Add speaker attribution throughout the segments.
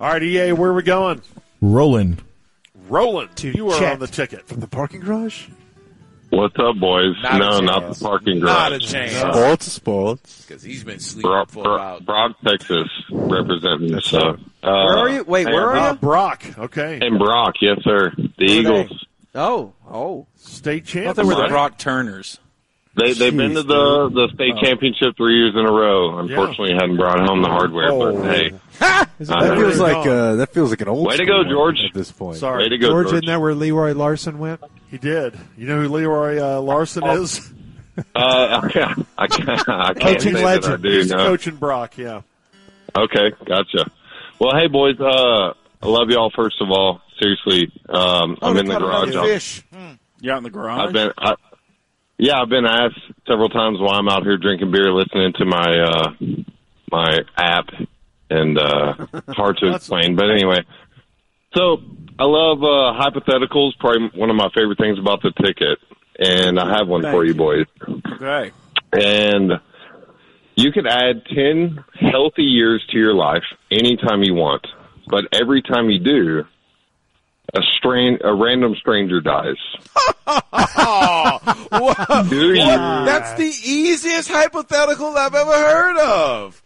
Speaker 1: All right, EA, where are we going?
Speaker 2: Roland.
Speaker 1: Roland,
Speaker 3: To
Speaker 1: you are
Speaker 3: check.
Speaker 1: on the ticket.
Speaker 3: From the parking garage?
Speaker 4: What's up, boys?
Speaker 5: Not
Speaker 4: no,
Speaker 5: a
Speaker 4: not
Speaker 5: chance.
Speaker 4: the parking
Speaker 5: Not a
Speaker 4: garage.
Speaker 5: chance.
Speaker 3: Sports, sports.
Speaker 5: Because he's been sleeping
Speaker 4: Broad,
Speaker 5: for about.
Speaker 4: Broad, Texas, representing the sub. Uh,
Speaker 6: Where are you? Wait, where
Speaker 1: Uh,
Speaker 6: are you?
Speaker 1: Brock. Okay.
Speaker 4: And Brock, yes, sir. The Eagles.
Speaker 6: Oh, oh.
Speaker 1: State
Speaker 5: I thought they
Speaker 1: champion.
Speaker 5: were the
Speaker 4: Right.
Speaker 5: Brock Turners.
Speaker 4: They they've been to the the state championship three years in a row. Unfortunately, hadn't brought home the hardware,
Speaker 3: Oh.
Speaker 4: but hey,
Speaker 3: That
Speaker 4: Uh,
Speaker 3: feels
Speaker 1: Really
Speaker 3: like
Speaker 1: gone.
Speaker 3: uh, that feels like an old
Speaker 4: Way to
Speaker 3: school
Speaker 4: go,
Speaker 3: one
Speaker 4: George.
Speaker 3: At this point,
Speaker 1: Sorry.
Speaker 4: way to go,
Speaker 3: George,
Speaker 4: George.
Speaker 3: isn't that where Leroy Larson went?
Speaker 1: He did. You know who Leroy uh, Larson is?
Speaker 4: Uh, I can't, I can't, I can't say
Speaker 1: Coaching
Speaker 4: that I
Speaker 1: legend.
Speaker 4: do.
Speaker 1: He's
Speaker 4: No.
Speaker 1: coaching Brock, yeah.
Speaker 4: Okay, gotcha. Well, hey, boys. Uh, I love y'all. First of all, seriously, um, I'm
Speaker 6: Oh,
Speaker 4: in the
Speaker 6: look,
Speaker 4: garage.
Speaker 6: another
Speaker 4: I'm-
Speaker 6: Fish. Hmm.
Speaker 5: You're out in the garage.
Speaker 4: I've been, I, yeah, I've been asked several times why I'm out here drinking beer, listening to my uh, my app, and uh, hard to explain. But anyway, so I love uh, hypotheticals. Probably one of my favorite things about the ticket, and I have one
Speaker 5: Thank
Speaker 4: for you,
Speaker 5: you.
Speaker 4: boys.
Speaker 5: okay.
Speaker 4: And you could add ten healthy years to your life anytime you want, but every time you do. A strain, a random stranger dies.
Speaker 5: Whoa.
Speaker 4: Do you?
Speaker 5: That's the easiest hypothetical I've ever heard of.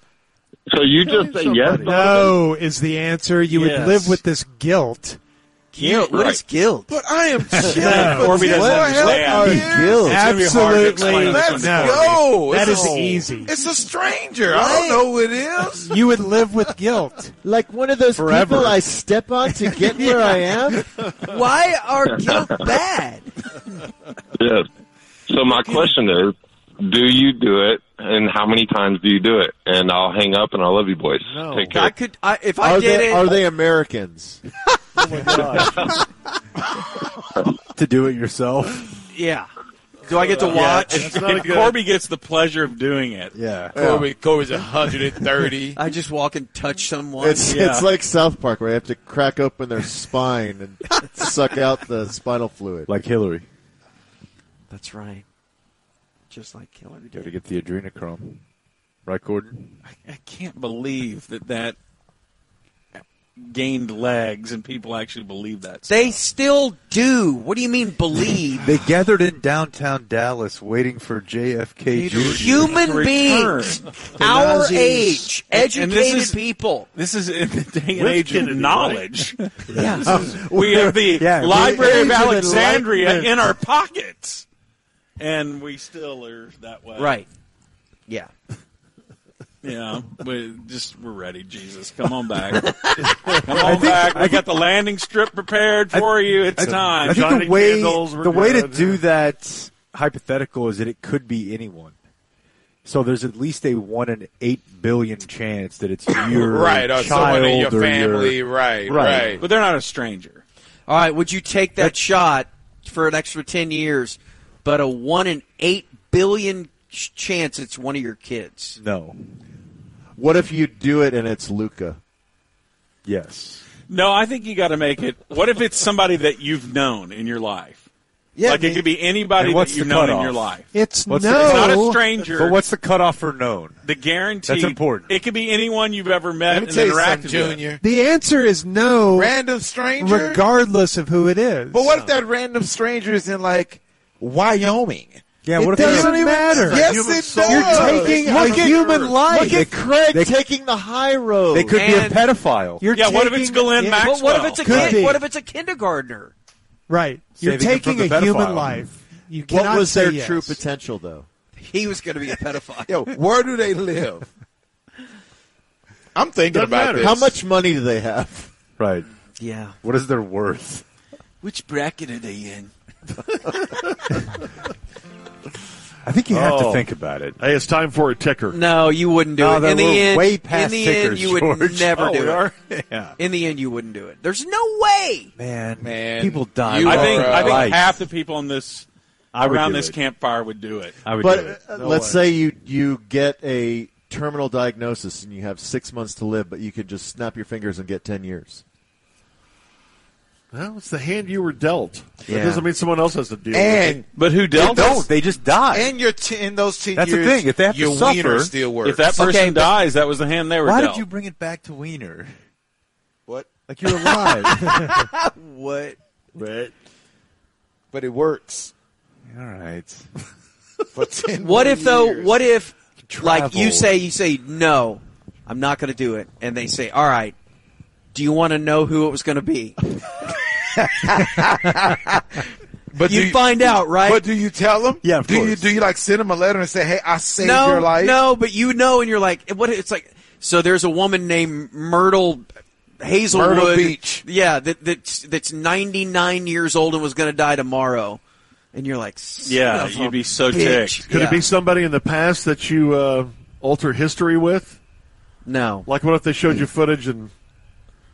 Speaker 4: So you just say yes.
Speaker 1: somebody.
Speaker 3: No, is the answer. You
Speaker 1: Yes.
Speaker 3: would live with this guilt.
Speaker 6: Guilt. What is guilt?
Speaker 5: But I am chilling
Speaker 3: No.
Speaker 5: for
Speaker 3: Corby
Speaker 5: ten
Speaker 3: doesn't
Speaker 5: more
Speaker 3: understand.
Speaker 5: healthy years.
Speaker 6: Guilt.
Speaker 5: It's gonna be hard to explain
Speaker 3: Absolutely.
Speaker 5: this one
Speaker 3: Let's
Speaker 5: to
Speaker 3: no.
Speaker 5: Corby.
Speaker 3: That
Speaker 5: It's
Speaker 3: is
Speaker 5: a-
Speaker 3: easy.
Speaker 5: It's a stranger. I don't know who it is.
Speaker 3: You would live with guilt.
Speaker 7: Like one of those
Speaker 3: Forever.
Speaker 7: people I step on to get where I am.
Speaker 6: Why are guilt bad?
Speaker 4: Yes. So my question is, do you do it, and how many times do you do it? And I'll hang up, and I love you, boys.
Speaker 1: No.
Speaker 4: Take care.
Speaker 6: I could, I, if I
Speaker 7: Are
Speaker 6: did
Speaker 7: they
Speaker 6: it,
Speaker 7: are they Americans?
Speaker 1: Oh, my gosh.
Speaker 3: to do it yourself.
Speaker 6: yeah. Do I get to watch?
Speaker 1: That's not a
Speaker 5: If
Speaker 1: good
Speaker 5: Corby gets the pleasure of doing it,
Speaker 3: Yeah.
Speaker 5: Corby, Corby's 130.
Speaker 6: I just walk and touch someone.
Speaker 7: It's it's like South Park where they have to crack open their spine and suck out the spinal fluid.
Speaker 3: Like Hillary.
Speaker 6: That's right. Just like Hillary
Speaker 3: Got
Speaker 6: did.
Speaker 3: to get the adrenochrome. Right, Gordon?
Speaker 5: I can't believe that that gained legs and people actually believe that.
Speaker 6: They still do. What do you mean believe?
Speaker 8: They gathered in downtown Dallas waiting for JFK Jr.
Speaker 5: To
Speaker 6: Human
Speaker 5: return.
Speaker 6: beings, our age, educated
Speaker 5: and this is-
Speaker 6: people.
Speaker 5: This is in the day and
Speaker 1: With
Speaker 5: age
Speaker 1: Kennedy,
Speaker 5: of knowledge.
Speaker 6: Yeah.
Speaker 5: We have the
Speaker 8: Yeah,
Speaker 5: Library of
Speaker 3: the age of
Speaker 5: Alexandria
Speaker 3: enlightenment.
Speaker 5: in our pockets, and we still are that way.
Speaker 6: Right. Yeah.
Speaker 5: Yeah, we just we're ready. Jesus, come on back. come on back. We got the landing strip prepared for you. It's time.
Speaker 8: I think
Speaker 1: Johnny
Speaker 8: the way
Speaker 1: Candles were
Speaker 8: the way to
Speaker 1: good.
Speaker 8: do that hypothetical is that it could be anyone. So there's at least a one in eight billion chance that it's your
Speaker 9: Right, or
Speaker 8: child
Speaker 9: someone in your
Speaker 8: or
Speaker 9: family.
Speaker 8: Your,
Speaker 9: Right,
Speaker 8: Right.
Speaker 9: right.
Speaker 5: but they're not a stranger.
Speaker 6: All right. Would you take that shot for an extra 10 years, but a 1 in 8 billion sh- chance it's one of your kids?
Speaker 8: no,
Speaker 7: What if you do it and it's Luca?
Speaker 8: yes,
Speaker 5: No, I think you got to make it. What if it's somebody that you've known in your life?
Speaker 6: Yeah.
Speaker 5: like it could be anybody
Speaker 8: And
Speaker 5: that
Speaker 8: what's
Speaker 5: you've
Speaker 8: the
Speaker 5: known in
Speaker 8: cutoff?
Speaker 5: your life.
Speaker 3: It's
Speaker 8: What's
Speaker 3: no.
Speaker 8: the-
Speaker 5: It's not a
Speaker 8: No.
Speaker 5: stranger.
Speaker 8: but what's the cutoff for known?
Speaker 5: the guarantee?
Speaker 8: That's important.
Speaker 5: It could be anyone you've ever met
Speaker 9: Let me
Speaker 5: and
Speaker 9: tell you something,
Speaker 5: interacted with.
Speaker 9: Junior.
Speaker 3: the answer is no,
Speaker 9: Random stranger.
Speaker 3: regardless of who it is.
Speaker 9: but what if that random stranger is in like Wyoming?
Speaker 8: Yeah,
Speaker 3: It
Speaker 8: what if
Speaker 3: doesn't
Speaker 8: they-
Speaker 3: even matter.
Speaker 9: Yes,
Speaker 1: human
Speaker 9: it
Speaker 1: soul.
Speaker 9: does.
Speaker 3: You're taking a
Speaker 7: Look at-
Speaker 3: human life.
Speaker 7: Look at Craig
Speaker 8: they-
Speaker 7: taking the high road.
Speaker 8: they could
Speaker 6: And-
Speaker 8: be a pedophile.
Speaker 3: You're
Speaker 5: Yeah, what if
Speaker 3: taking-
Speaker 5: it's Glenn
Speaker 3: yeah,
Speaker 5: Maxwell?
Speaker 6: But what if it's a
Speaker 3: Could
Speaker 6: kid?
Speaker 3: be.
Speaker 6: What if it's a kindergartner?
Speaker 3: Right. You're
Speaker 8: Saving him
Speaker 3: taking
Speaker 8: from the
Speaker 3: a human
Speaker 8: pedophile.
Speaker 3: life. You
Speaker 7: what
Speaker 3: cannot
Speaker 7: was
Speaker 3: say
Speaker 7: their
Speaker 3: yes.
Speaker 7: true potential though?
Speaker 6: He was going to be a pedophile.
Speaker 9: Yo, where do they live? I'm thinking
Speaker 1: Doesn't
Speaker 9: about
Speaker 1: matter.
Speaker 9: this.
Speaker 7: How much money do they have?
Speaker 8: right.
Speaker 6: Yeah.
Speaker 8: What is their worth?
Speaker 5: Which bracket are they in?
Speaker 8: I think you have
Speaker 1: Oh.
Speaker 8: to think about it.
Speaker 1: Hey, it's time for a ticker.
Speaker 6: No, you wouldn't do
Speaker 8: No,
Speaker 6: it.
Speaker 8: then
Speaker 6: In the
Speaker 8: we're
Speaker 6: end,
Speaker 8: way past
Speaker 6: in the end,
Speaker 8: tickers,
Speaker 6: you would
Speaker 8: George.
Speaker 6: never
Speaker 8: Oh,
Speaker 6: do
Speaker 8: we
Speaker 6: it.
Speaker 8: are? Yeah.
Speaker 6: In the end, you wouldn't do it. There's no way.
Speaker 8: Man,
Speaker 9: Man,
Speaker 8: people die.
Speaker 9: you
Speaker 5: I
Speaker 9: are,
Speaker 5: think
Speaker 9: uh,
Speaker 5: I think
Speaker 8: Right.
Speaker 5: half the people on this
Speaker 8: I would
Speaker 5: around
Speaker 8: do
Speaker 5: this
Speaker 8: it.
Speaker 5: campfire would do it.
Speaker 8: I would do it.
Speaker 7: But uh, let's say you you get a terminal diagnosis and you have six months to live, but you could just snap your fingers and get ten years.
Speaker 1: Well, it's the hand you were dealt. That
Speaker 8: Yeah.
Speaker 1: doesn't mean someone else has to deal with it.
Speaker 9: and
Speaker 5: But who
Speaker 8: They
Speaker 5: dealt
Speaker 8: don't. They just die.
Speaker 9: and your t- in those ten
Speaker 8: That's the
Speaker 9: years,
Speaker 8: thing, if they have to
Speaker 9: your
Speaker 8: suffer-
Speaker 9: wiener still works.
Speaker 5: If that person
Speaker 6: Okay, but-
Speaker 5: dies, that was the hand they were
Speaker 8: Why
Speaker 5: dealt.
Speaker 8: did you bring it back to Wiener?
Speaker 2: What?
Speaker 8: Like you're alive.
Speaker 6: What?
Speaker 1: But
Speaker 2: But it works.
Speaker 8: All right.
Speaker 2: For 10
Speaker 6: What if though?
Speaker 2: years.
Speaker 6: What if, like you
Speaker 8: Travel.
Speaker 6: say, you say no, I'm not going to do it, and they say, all right. Do you want to know who it was going to be?
Speaker 2: But
Speaker 6: You
Speaker 2: do you,
Speaker 6: find out, right?
Speaker 2: but do you tell them?
Speaker 8: Yeah, of
Speaker 2: do you
Speaker 8: course.
Speaker 2: do you like send them a letter and say, "Hey, I saved
Speaker 6: no,
Speaker 2: your life"?
Speaker 6: no, but you know, and you're like, what? It's like, so there's a woman named Myrtle Hazelwood,
Speaker 2: Myrtle Beach.
Speaker 6: yeah, that, that's that's 99 years old and was going to die tomorrow, and you're like, son
Speaker 5: Yeah,
Speaker 6: of a
Speaker 5: you'd be so
Speaker 6: bitch.
Speaker 5: ticked.
Speaker 1: could
Speaker 6: Yeah.
Speaker 1: it be somebody in the past that you uh, alter history with?
Speaker 6: No,
Speaker 1: Like, what if they showed you footage and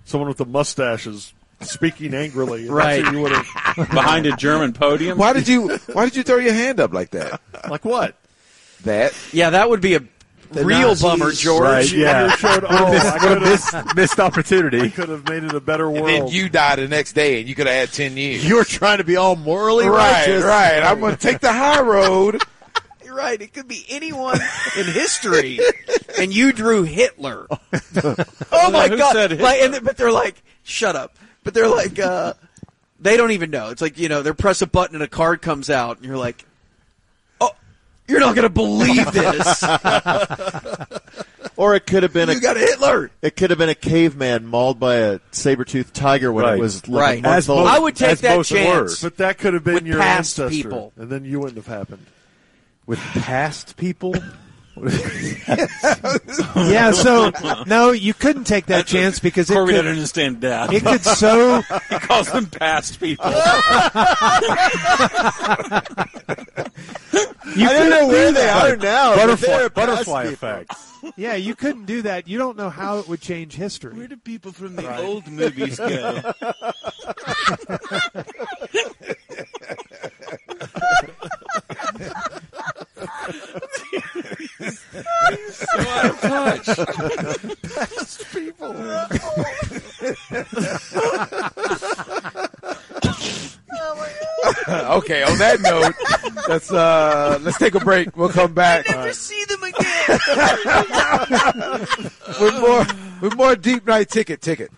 Speaker 1: someone with a mustache is speaking angrily? And that's
Speaker 6: Right.
Speaker 1: who You would have
Speaker 5: behind a German podium.
Speaker 2: Why did you Why did you throw your hand up like that?
Speaker 1: like what?
Speaker 2: That
Speaker 6: yeah, that would be a real
Speaker 2: Nazis.
Speaker 6: bummer, George.
Speaker 8: Right, yeah.
Speaker 1: You showed, oh, I
Speaker 8: What a
Speaker 1: could have,
Speaker 8: missed, missed opportunity.
Speaker 1: could have made it a better
Speaker 2: and then
Speaker 1: world.
Speaker 2: you die the next day, and you could have had ten years.
Speaker 7: You're trying to be all morally
Speaker 2: right,
Speaker 7: righteous.
Speaker 2: right. I'm gonna take the high road.
Speaker 6: You're right. It could be anyone in history, and you drew Hitler. oh my
Speaker 5: Who
Speaker 6: god!
Speaker 5: said Hitler?
Speaker 6: Like, and they- but they're like, shut up. But they're like, uh, they don't even know. It's like you know, they press a button and a card comes out, and you're like, oh, you're not gonna believe this.
Speaker 7: Or it could have been a
Speaker 6: you got Hitler.
Speaker 7: it could have been a caveman mauled by a saber-toothed tiger when
Speaker 8: Right.
Speaker 7: it was like
Speaker 6: Right.
Speaker 7: a month
Speaker 8: As
Speaker 7: old.
Speaker 8: both-
Speaker 6: I would take
Speaker 8: as
Speaker 6: that
Speaker 8: both were.
Speaker 6: chance.
Speaker 1: but that could have been
Speaker 6: With
Speaker 1: your
Speaker 6: past
Speaker 1: ancestor,
Speaker 6: people.
Speaker 1: and then you wouldn't have happened.
Speaker 8: With past people?
Speaker 3: yeah, so no, you couldn't take that chance because it
Speaker 5: Corby
Speaker 3: could,
Speaker 5: didn't understand
Speaker 3: it
Speaker 5: death.
Speaker 3: could so
Speaker 5: He calls them past people.
Speaker 3: you couldn't do that.
Speaker 7: now.
Speaker 8: Butterfly, butterfly effect.
Speaker 3: Yeah, you couldn't do that. You don't know how it would change history.
Speaker 5: do people from the old movies go? so out of touch.
Speaker 2: okay. On that note, let's uh let's take a break. We'll come back
Speaker 6: see them again.
Speaker 2: with more with more deep night ticket ticket.